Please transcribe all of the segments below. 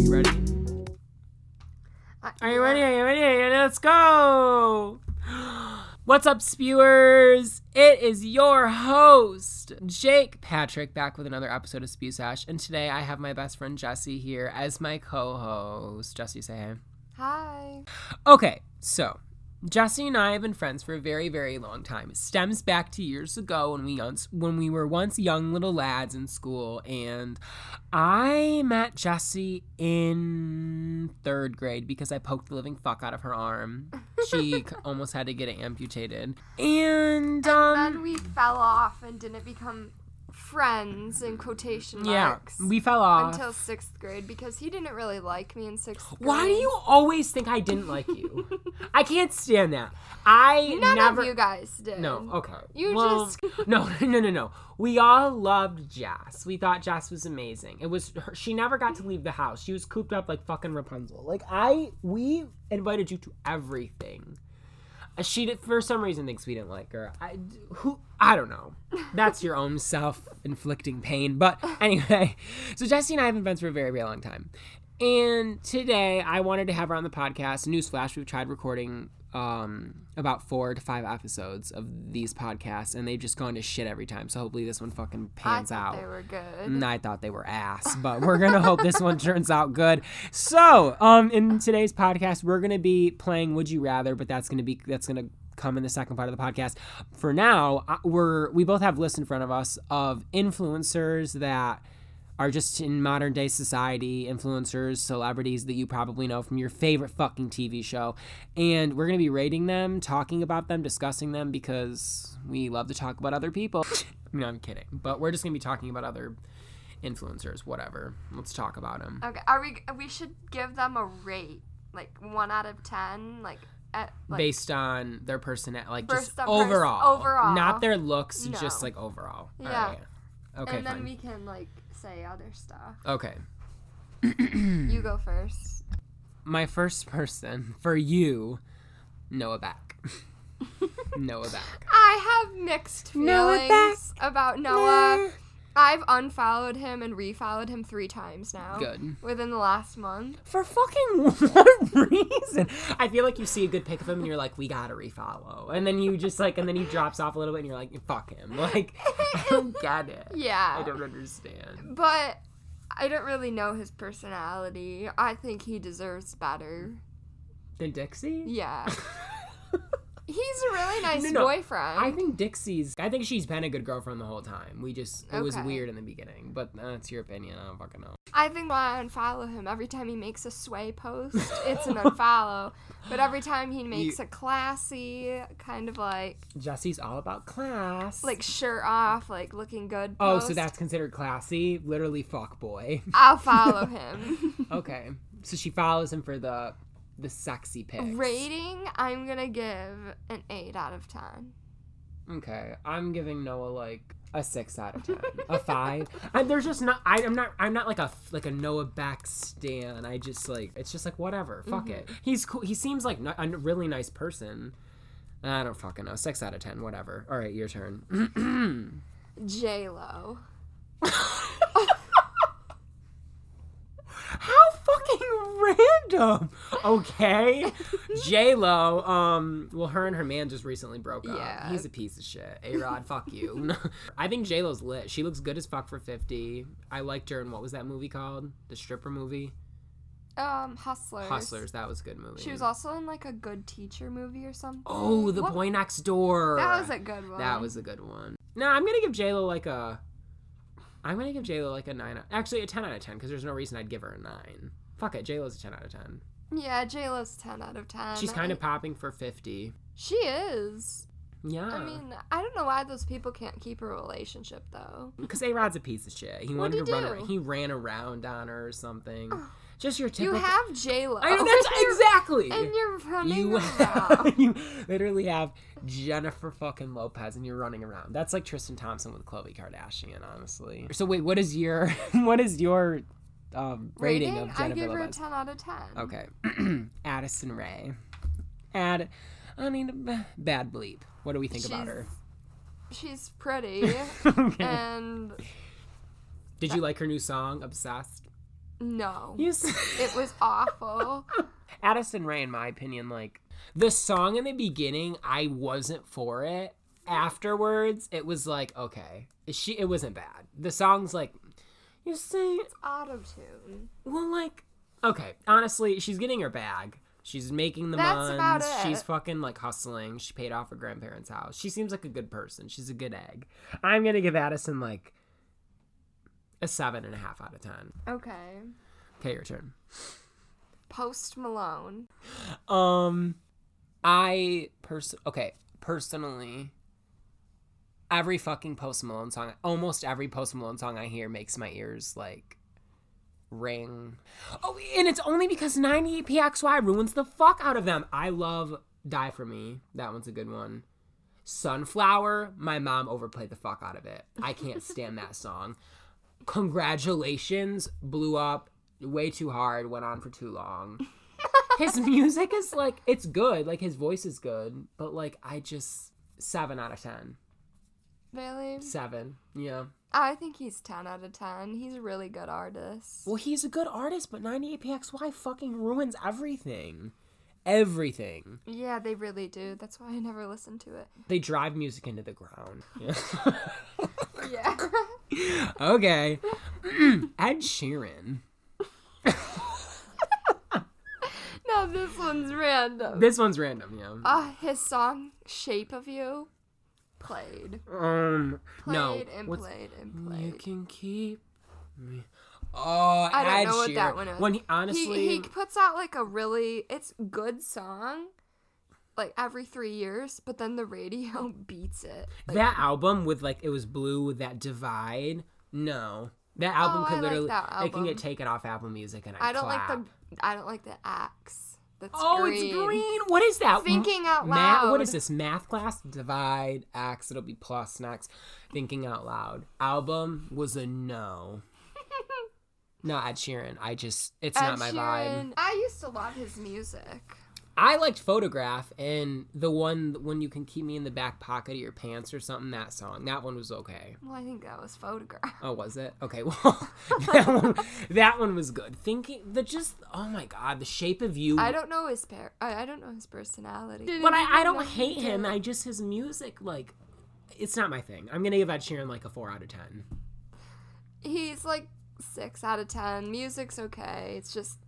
What's up, spewers? It is your host, Jake Patrick, back with another episode of Spew Sash. And today I have my best friend Jesse here as my co host. Jesse, say hey. Hi. Okay, so Jesse and I have been friends for a very, very long time. It stems back to years ago when we once when we were once young little lads in school, and I met Jesse in third grade because I poked the living fuck out of her arm. She c- almost had to get it amputated, and um, and then we fell off and didn't become friends in quotation yeah, marks we fell off. until sixth grade because he didn't really like me in sixth grade. Why do you always think I didn't like you? I can't stand that. I None never. of you guys did. No, okay. You Well, just- no, no, no, no. We all loved Jess. We thought Jess was amazing. It was her, she never got to leave the house. She was cooped up like fucking Rapunzel. Like I, we invited you to everything. Uh, She did, for some reason thinks we didn't like her. I who I don't know. That's your own self inflicting pain. But anyway, so Jesse and I have been friends for a very very long time. And today I wanted to have her on the podcast. Newsflash, we've tried recording um, about four to five episodes of these podcasts, and they've just gone to shit every time. So hopefully this one fucking I pans thought out. they were good. And Mm, I thought they were ass, but we're gonna hope this one turns out good. So, um, in today's podcast, we're gonna be playing Would You Rather, but that's gonna be that's gonna come in the second part of the podcast. For now, I- we're we both have lists in front of us of influencers that are just in modern day society, influencers, celebrities that you probably know from your favorite fucking TV show. And we're going to be rating them, talking about them, discussing them because we love to talk about other people. no, I'm kidding. But we're just going to be talking about other influencers, whatever. Let's talk about them. Okay. Are we? We should give them a rate, like one out of ten, like at like Based on their personality, like just First up, first- overall. overall. Not their looks, just No. like overall. All Yeah. right. Okay, and then fine. we can like say other stuff. okay. Hmm. You go first. my first person for you, Noah Back. Noah Back. I have mixed Noah feelings about Noah. I've unfollowed him and refollowed him three times now. Good. Within the last month. For fucking what reason? I feel like you see a good pic of him and you're like, we gotta refollow. And then you just like, and then he drops off a little bit and you're like, fuck him. Like, I don't get it. I Yeah. don't understand. But I don't really know his personality. I think he deserves better. Then Dixie? Yeah. He's a really nice No, no. boyfriend. I think Dixie's. I think she's been a good girlfriend the whole time. We just. It was Okay. weird in the beginning, but that's your opinion. I don't fucking know. I think why I unfollow him every time he makes a sway post, it's an unfollow. But every time he makes a classy kind of like Jesse's all about class. like shirt off, like looking good. Oh, so post, that's considered classy. Literally, fuck boy. I'll follow him. okay, so she follows him for the the sexy pics. Rating, I'm gonna give an eight out of ten. Okay, I'm giving Noah like a six out of ten, a five. And there's just not. I, I'm not. I'm not like a f- like a Noah back stan. I just like it's just like whatever. Fuck it. He's cool. He seems like ni- a n- really nice person. I don't fucking know. Six out of ten. Whatever. All right, your turn. J Lo. How fucking random. Okay. J Lo, um, well, her and her man just recently broke up. Yeah. He's a piece of shit. A Rod, fuck you. I think J Lo's lit. She looks good as fuck for fifty. I liked her in what was that movie called? The stripper movie? Um, Hustlers. Hustlers. That was a good movie. She was also in like a Good Teacher movie or something. Oh, the What- boy next door. That was a good one. That was a good one. No, I'm gonna give J Lo like a. I'm gonna give J Lo like a nine. Out, actually, a ten out of ten because there's no reason I'd give her a nine. Fuck it, J Lo's a ten out of ten. Yeah, J Lo's ten out of ten. She's kind I- of popping for fifty. She is. Yeah. I mean, I don't know why those people can't keep a relationship though. Because A Rod's a piece of shit. He wanted he to run do? around. He ran around on her or something. Just your You typical. have J Lo. I know that's exactly. And you're running you, around. you literally have Jennifer fucking Lopez and you're running around. That's like Tristan Thompson with Khloe Kardashian, honestly. So wait, what is your what is your um, rating, of I Jennifer give her a Lopez? ten out of ten. okay, Addison Ray. Add, I mean, b- bad bleep. What do we think about She's- her? She's pretty, okay. and Did you like her new song, Obsessed? no, Yes. it was awful. Addison Ray, in my opinion, like The song in the beginning, I wasn't for it. Afterwards, it was like, okay, she. It wasn't bad. The song's like, you see, Auto tune. well, like, okay. Honestly, she's getting her bag. She's making the That's about months. She's it. fucking like hustling. She paid off her grandparents' house. She seems like a good person. She's a good egg. I'm gonna give Addison like a seven and a half out of ten. Okay. Okay, your turn. Post Malone. Um, I pers okay personally, every fucking Post Malone song, almost every Post Malone song I hear makes my ears like ring. Oh, and it's only because 98pxy ruins the fuck out of them. I love Die for Me. That one's a good one. Sunflower, my mom overplayed the fuck out of it. I can't stand that song. Congratulations, blew up way too hard, went on for too long his music is like it's good like his voice is good but like i just seven out of ten Really? seven yeah I think he's 10 out of 10. He's a really good artist. well he's a good artist but 98pxy fucking ruins everything everything Yeah, they really do. That's why I never listened to it. they drive music into the ground Yeah. okay ed sheeran no, this one's random. this one's random yeah Ah, his song Shape of You played. um Uh, Played no and what's- played and you played. can keep me oh I don't ed know what sheeran that one is. when he honestly He, he puts out like a really it's good song like every 3 years, but then the radio beats it. Like, that album with like it was blue with that divide. No, that album Oh, I could like literally that it can get album. taken off Apple Music and I, I don't clap. like the I don't like the axe. That's Oh, it's green. What is that? Thinking out Math, what loud. is this? Math class? Divide, ax, it'll be plus next. Thinking out loud. Album was a no. Not Ed Sheeran. I just, it's not Ed my vibe. Sheeran- I used to love his music. I liked Photograph and the one when you can keep me in the back pocket of your pants or something. That song. That one was okay. Well, I think that was Photograph. Oh, was it? Okay, well, that one, that one was good. Thinking the just, oh my god, the shape of you. I don't know his par- I I don't know his personality. but I, I don't Didn't even hate him. know he I just his music, like, it's not my thing. I'm gonna give Ed Sheeran like a four out of ten. did. He's like six out of ten. Music's okay. It's just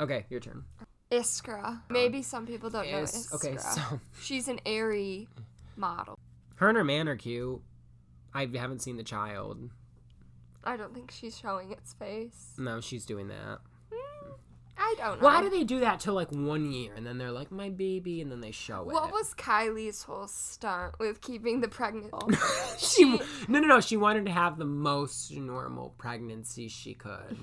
Okay, your turn. Iskra. Maybe some people don't Yes. know Iskra. Okay, so She's an airy model. her and her man are cute. I haven't seen the child. I don't think she's showing its face. No, she's doing that. I don't know. Why do they do that till like one year and then they're like my baby and then they show it? what was Kylie's whole stunt with keeping the pregnant? she no no no she wanted to have the most normal pregnancy she could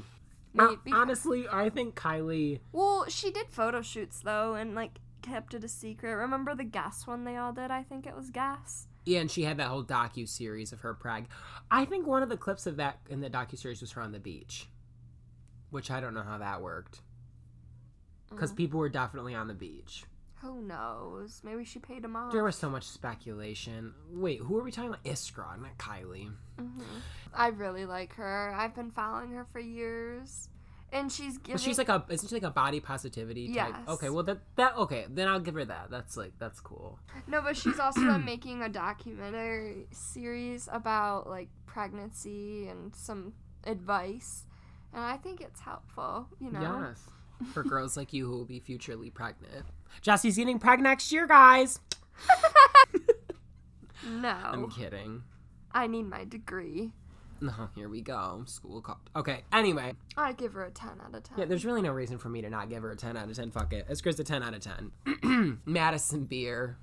Maybe. Hon- honestly i think kylie Well, she did photo shoots though, and like kept it a secret. Remember the gas one they all did? I think it was gas. yeah and she had that whole docu-series of her preg i think one of the clips of that in the docu-series was her on the beach which i don't know how that worked because people were definitely on the beach Who knows? Maybe she paid him off. there was so much speculation wait who are we talking about iskra not kylie Mm-hmm. I really like her. I've been following her for years, and she's giving. But she's like a isn't she like a body positivity type Yes. okay well that that okay then i'll give her that that's like that's cool no, but she's also been making a documentary series about like pregnancy and some advice, and I think it's helpful. You know. Yes. For girls like you who will be futurely pregnant. Jesse's getting pregnant next year, guys. I'm No, kidding. I need my degree. No, here we go. School called. Okay, anyway. I give her a ten out of ten. Yeah, there's really no reason for me to not give her a 10 out of 10. Fuck it. It's Chris a 10 out of 10. Madison Beer.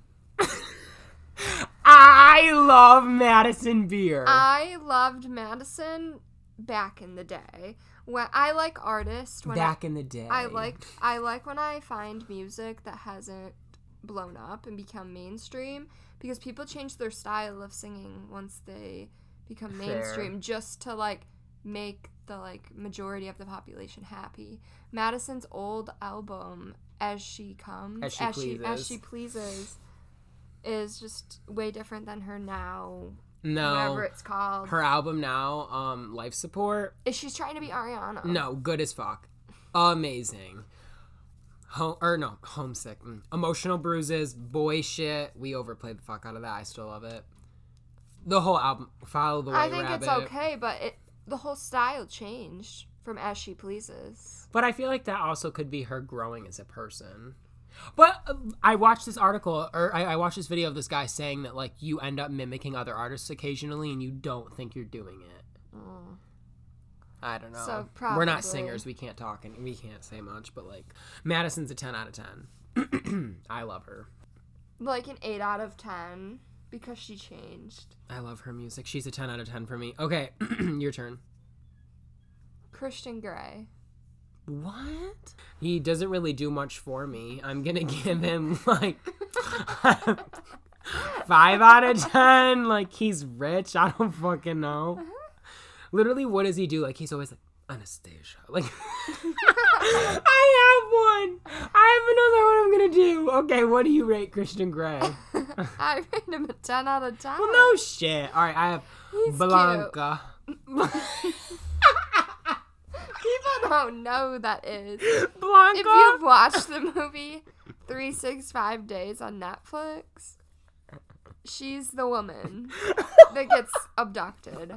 I love Madison Beer. I loved Madison back in the day. When I like artists when Back in the day. I, I liked I like when I find music that hasn't blown up and become mainstream because people change their style of singing once they become Fair. mainstream just to like make the like majority of the population happy. Madison's old album As She Comes As She as Pleases. she pleases is just way different than her now whatever No. it's called. Her album now, um, Life Support. Is she's trying to be Ariana? No, good as fuck. Amazing. Home, or no, homesick. Mm. Emotional bruises, boy shit. We overplayed the fuck out of that. I still love it. The whole album, Follow the White I think Rabbit. it's okay, but it the whole style changed from As She Pleases. But I feel like that also could be her growing as a person. But uh, I watched this article, or I, I watched this video of this guy saying that like you end up mimicking other artists occasionally, and you don't think you're doing it. Mm. I don't know. So We're not probably. singers. We can't talk and we can't say much. But like, Madison's a ten out of ten. I love her. Like an eight out of ten because she changed. I love her music. She's a ten out of ten for me. Okay, your turn. Christian Grey. What? He doesn't really do much for me. I'm gonna give him like five out of ten. Like he's rich. I don't fucking know. Literally, what does he do? Like he's always like Anastasia. Like I have one. I have another one. I'm gonna do. Okay, what do you rate Christian Grey? I rated him a ten out of ten. Well, no shit. All right, I have He's Blanca. People don't know Oh, that is. Blanca. If you've watched the movie 365 Days on Netflix, she's the woman that gets abducted.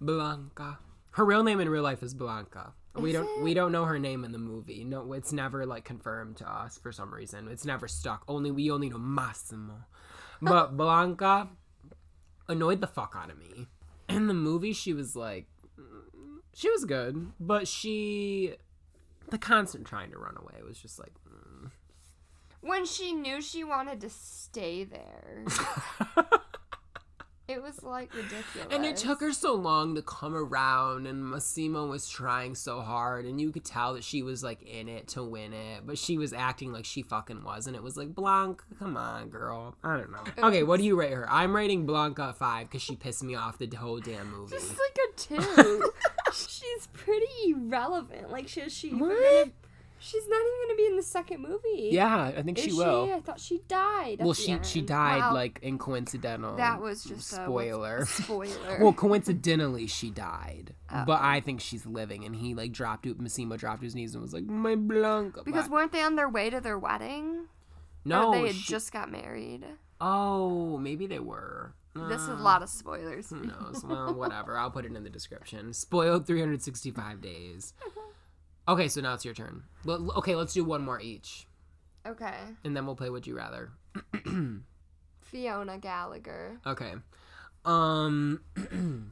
Blanca. Her real name in real life is Blanca. We Is don't it? we don't know her name in the movie. No, it's never like confirmed to us for some reason. It's never stuck. Only we only know Massimo. But Blanca annoyed the fuck out of me. In the movie she was like mm, she was good, but she the constant trying to run away was just like mm. When she knew she wanted to stay there, it was like ridiculous. And it took her so long to come around, and Massimo was trying so hard, and you could tell that she was like in it to win it, but she was acting like she fucking was, and it was like Blanca, come on, girl. I don't know. Okay, what do you rate her? I'm rating Blanca a five because she pissed me off the whole damn movie. Just like a two. she's pretty irrelevant. Like, she, is she even gonna, What? she's not even going to be in the second movie. Yeah, I think Is she will. I thought she died. at Well, the she she end. died Wow. like in coincidental. That was just a- what's- spoiler. spoiler. Well, coincidentally, she died, Oh. but I think she's living. And he like dropped, Massimo dropped to his knees and was like, "My Blanca." because Blanca." weren't they on their way to their wedding? no, or they had she- just got married. Oh, maybe they were. This is a Uh, lot of spoilers. Who knows? Well, whatever. I'll put it in the description. Spoiled 365 days. Okay, so now it's your turn. Well, okay, let's do one more each, Okay. and then we'll play Would You Rather. Fiona Gallagher. Okay. Um.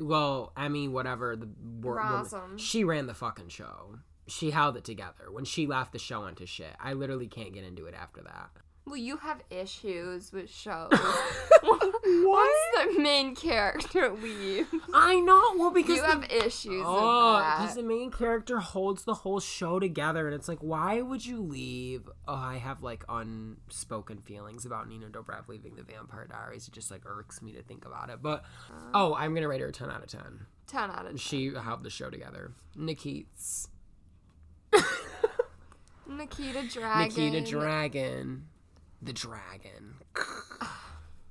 well, Emmy, whatever the wor- woman- Rossum. she ran the fucking show. She held it together. When she left, the show went to shit. I literally can't get into it after that. Well, you have issues with shows. Once the main character leaves, I know. Well, because you the- have issues Oh, with because that. the main character holds the whole show together, and it's like, why would you leave? Oh, I have like unspoken feelings about Nina Dobrev leaving the Vampire Diaries. It just like irks me to think about it. But Uh-huh. oh, I'm gonna rate her a ten out of ten. Ten out of ten. She held the show together. Nikitz, Nikita Dragon. Nikita Dragon, the Dragon.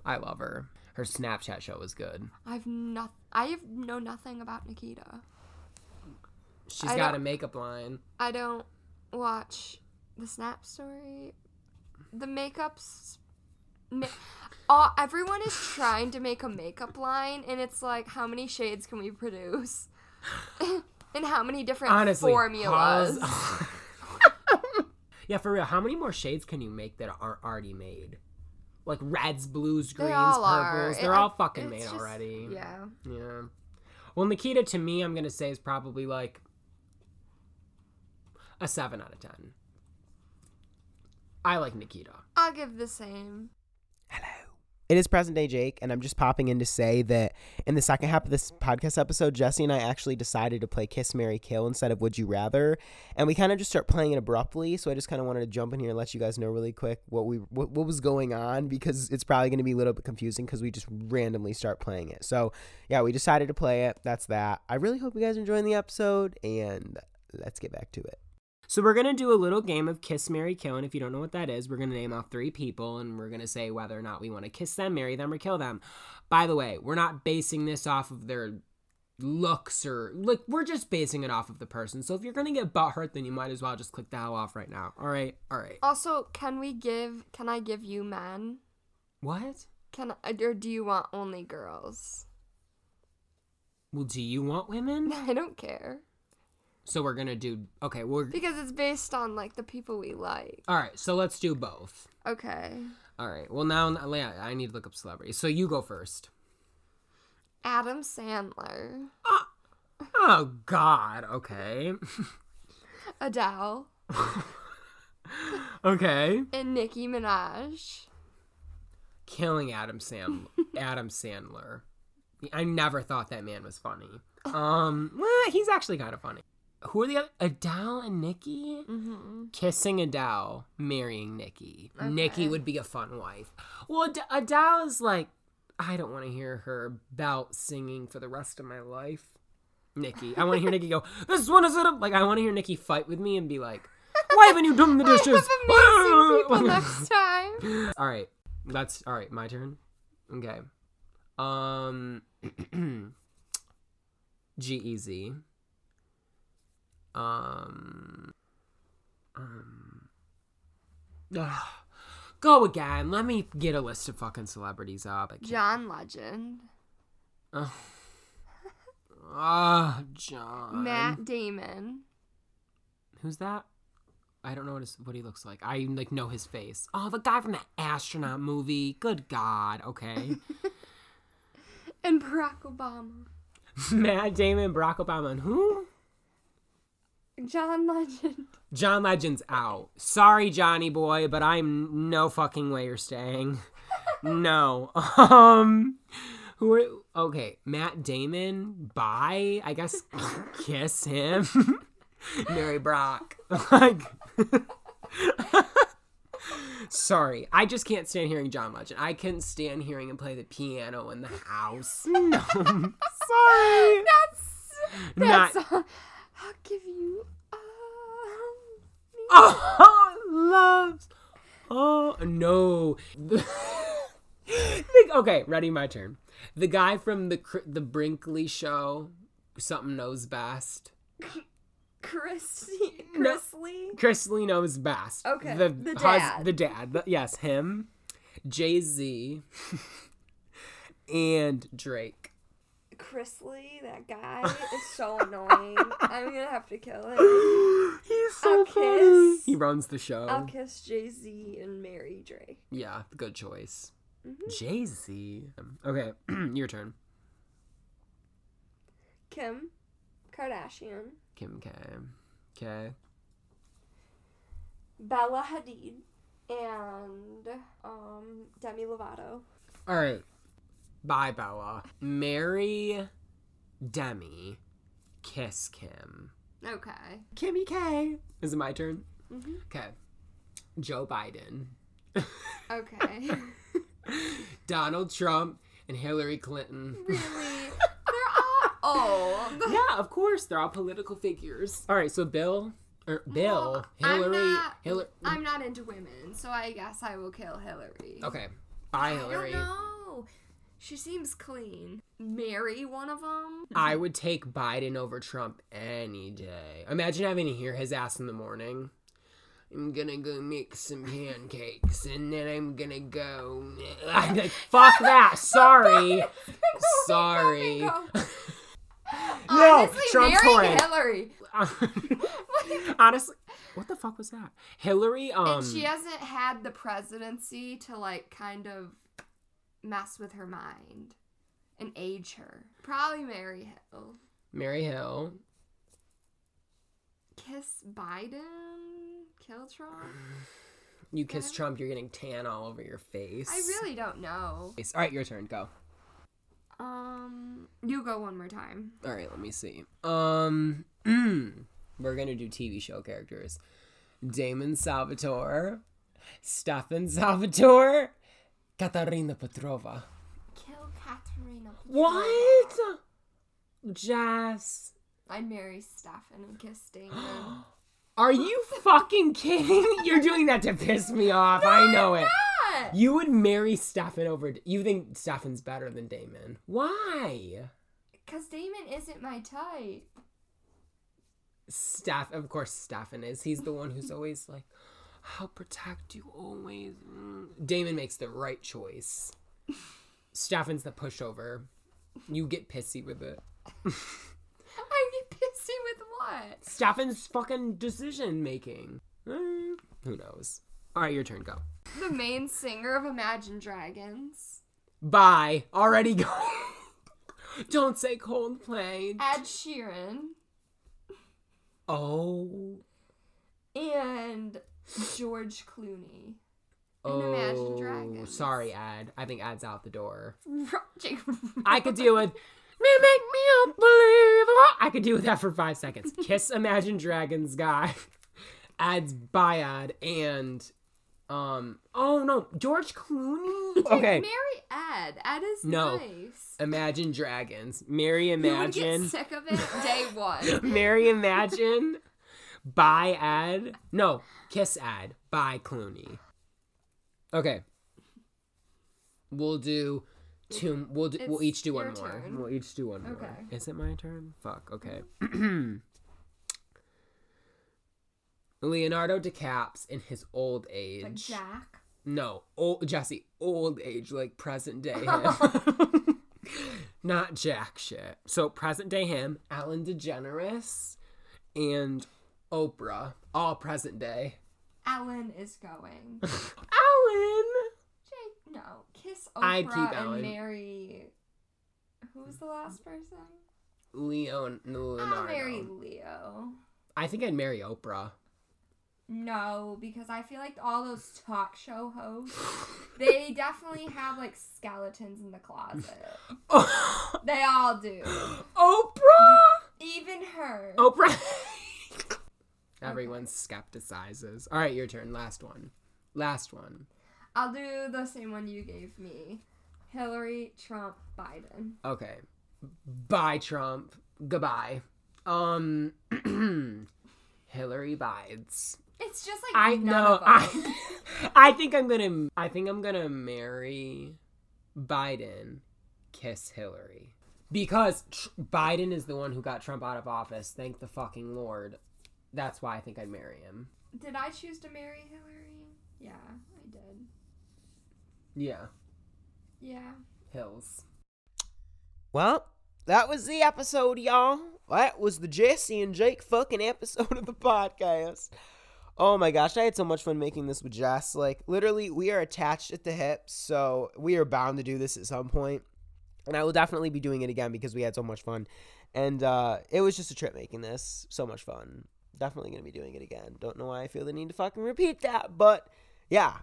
I love her. Her Snapchat show was good. I've not. I have know nothing about Nikita. She's I got a don't- makeup line. I don't watch the Snap Story. The makeups. Ma- all, everyone is trying to make a makeup line, and it's like, how many shades can we produce? and how many different Honestly, formulas? pause. yeah, for real. How many more shades can you make that are already made? Like reds, blues, They greens, all are. purples. It- They're I- all fucking it's made just- already. Yeah. Yeah. Well, Nikita to me, I'm gonna say is probably like a seven out of ten. I like Nikita. I'll give the same. Hello. It is present day Jake, and I'm just popping in to say that in the second half of this podcast episode, Jesse and I actually decided to play Kiss Mary Kill instead of Would You Rather, and we kind of just start playing it abruptly. So I just kind of wanted to jump in here and let you guys know really quick what we what, what was going on because it's probably going to be a little bit confusing because we just randomly start playing it. So yeah, we decided to play it. That's that. I really hope you guys are enjoying the episode, and let's get back to it. So we're gonna do a little game of kiss, marry, kill, and if you don't know what that is, we're gonna name off three people, and we're gonna say whether or not we want to kiss them, marry them, or kill them. By the way, we're not basing this off of their looks or like we're just basing it off of the person. So if you're gonna get butt hurt, then you might as well just click the hell off right now. All right, all right. Also, can we give? Can I give you men? What? Can I, or do you want only girls? Well, do you want women? I don't care So we're gonna do okay. We're because it's based on like the people we like. all right. So let's do both. Okay. All right. Well, now yeah, I need to look up celebrities. So you go first. Adam Sandler, Oh God. Okay. Adele, okay. and Nicki Minaj. Killing Adam Sam. Adam Sandler. I never thought that man was funny. Oh. Um, well, he's actually kind of funny. Who are the other? Adele and Nikki. Mm-hmm. kissing Adele, marrying Nikki. Nikki Okay. would be a fun wife. Well, Ad- Adele is like, I don't want to hear her about singing for the rest of my life. Nikki, I want to hear Nikki go. This one is it. Like, I want to hear Nikki fight with me and be like, Why haven't you done the I dishes? have amazing people next time. all right, that's all right. My turn. Okay. Um, G E Easy. Um, um, ugh. go again. Let me get a list of fucking celebrities up. I can't- John Legend, Ugh. Ah, John. Matt Damon. Who's that? I don't know what, his, what he looks like. I like know his face. Oh, the guy from the astronaut movie. Good God. Okay. And Barack Obama. Matt Damon, Barack Obama, and who? John Legend. John Legend's out. Sorry, Johnny boy, but I'm no fucking way you're staying. no. Um. Who are? Okay, Matt Damon. Bye. I guess kiss him. Mary Brock. Like. Sorry, I just can't stand hearing John Legend. I couldn't stand hearing him play the piano in the house. No, sorry. That's Not- that's. I'll give you. um, all me. Oh, loves. Oh, no. Like, okay, ready, my turn. The guy from the Cr- the Brinkley show, something knows best. Christy, No. Chris Lee. Chris Lee knows best. Okay, The, the hus- dad. the dad. The- yes, him. Jay Z. and Drake. Chris Lee, that guy is so annoying. I'm gonna have to kill him. He's so I'll funny. kiss- He runs the show. I'll kiss Jay Z and marry Drake. Yeah, good choice. Mm-hmm. Jay Z. Okay, your turn. Kim Kardashian, Kim K. Okay. Bella Hadid, and um Demi Lovato. All right. Bye, Bella. Marry Demi. Kiss Kim. Okay. Kimmy K. Is it my turn? Mhm. Okay. Joe Biden. Okay. Donald Trump and Hillary Clinton. really? They're all oh. yeah, of course. They're all political figures. All right, so Bill. Or Bill. I'm Hillary. not- Hillary. I'm not into women, so I guess I will kill Hillary. okay. Bye, I don't Hillary. know. She seems clean. Marry one of them. I would take Biden over Trump any day. Imagine having to hear his ass in the morning. I'm gonna go make some pancakes and then I'm gonna go. I'm like, fuck that. Sorry. Sorry. No, Honestly, Trump's marry horrid. Hillary. Honestly, what the fuck was that? Hillary, um. and she hasn't had the presidency to like kind of mess with her mind and age her. Probably marry Hill. Mary Hill. Kiss Biden. Kill Trump. You kiss Trump, you're getting tan all over your face. I really don't know. All right, your turn. Go. Um, you go one more time. All right, let me see. Um, we're gonna do TV show characters: Damon Salvatore, Stefan Salvatore, Katarina Petrova. Kill Katerina. What? Jess, I'd marry Stefan and kiss Damon. are you fucking kidding? You're doing that to piss me off. I know it. Ah! You would marry Stefan over. You think Stefan's better than Damon? Why? Cause Damon isn't my type. Staff, of course, Staffan is. He's the one who's always like, "I'll protect you always." Mm. Damon makes the right choice. Staffan's the pushover. You get pissy with it. I get pissy with what? Staffan's fucking decision making. Mm, who knows? All right, your turn. Go. The main singer of Imagine Dragons. Bye. Already go. Don't say Coldplay. Ed Sheeran. Oh. And George Clooney. And Imagine Oh. Dragons. Sorry, Ad. I think Ad's out the door. Jacob. I could deal with. Me make me unbelievable. I could deal with that for five seconds. Kiss Imagine Dragons guy. Ad's by ad and um oh no George Clooney. Okay. Marry Ed. Ed is No. nice. Imagine Dragons. Marry You would get Imagine. sick of it day one. Marry Imagine. Buy ad. No, kiss ad. Buy Clooney. Okay. We'll do two. We'll do, we'll It's each do one your more. turn. We'll each do one more. Okay. Is it my turn? Fuck. Okay. Leonardo DiCaps in his old age. Like Jack. No, old Jesse, old age, like present day him. Not jack shit. So present day him, Ellen DeGeneres, and Oprah, all present day. Ellen is going. Ellen. Jake, no. Kiss Oprah I'd keep Ellen. and marry. Who was the last person? Leon I'll marry Leonardo. Leo. I think I'd marry Oprah. No, because I feel like all those talk show hosts, they definitely have like skeletons in the closet. They all do. Oprah. Even her. Oh. Oprah. Everyone skepticizes. All right, your turn. Last one. Last one. I'll do the same one you gave me. Hillary, Trump, Biden. Okay. Bye, Trump. Goodbye. Um, Hillary Bides. It's just like I none know. Of us. I, I think I'm gonna. I think I'm gonna marry Biden. Kiss Hillary because tr- Biden is the one who got Trump out of office. Thank the fucking lord. That's why I think I'd marry him. Did I choose to marry Hillary? Yeah, I did. Yeah, Yeah. Hills. Well, that was the episode, y'all. That was the Jesse and Jake fucking episode of the podcast. Oh my gosh, I had so much fun making this with Jess. Like, literally, we are attached at the hips, so we are bound to do this at some point. And I will definitely be doing it again because we had so much fun. And uh, it was just a trip making this. So much fun. Definitely going to be doing it again. Don't know why I feel the need to fucking repeat that, but yeah,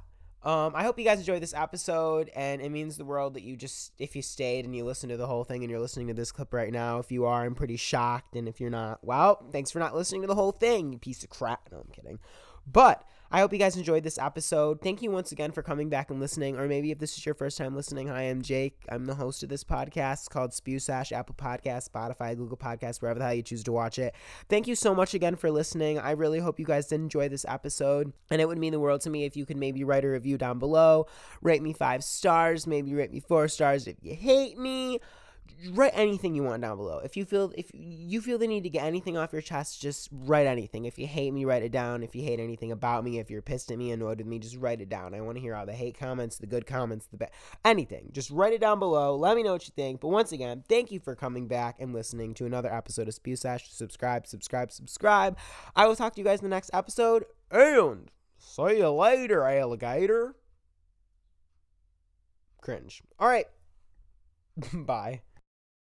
um, I hope you guys enjoyed this episode, and it means the world that you just, if you stayed and you listened to the whole thing and you're listening to this clip right now, if you are, I'm pretty shocked. And if you're not, well, thanks for not listening to the whole thing, you piece of crap. No, I'm kidding. But I hope you guys enjoyed this episode. Thank you once again for coming back and listening. Or maybe if this is your first time listening, hi, I'm Jake. I'm the host of this podcast. It's called Spew Sash, Apple Podcasts, Spotify, Google Podcasts, wherever the hell you choose to watch it. Thank you so much again for listening. I really hope you guys did enjoy this episode. And it would mean the world to me if you could maybe write a review down below, rate me five stars, maybe rate me four stars if you hate me write anything you want down below. If you feel if you feel the need to get anything off your chest, just write anything. If you hate me, write it down. If you hate anything about me, if you're pissed at me, annoyed with me, just write it down. I want to hear all the hate comments, the good comments, the bad anything. Just write it down below. Let me know what you think. But once again, thank you for coming back and listening to another episode of Spew Sash. Subscribe, subscribe, subscribe. I will talk to you guys in the next episode. And see you later, alligator. Cringe. All right. Bye.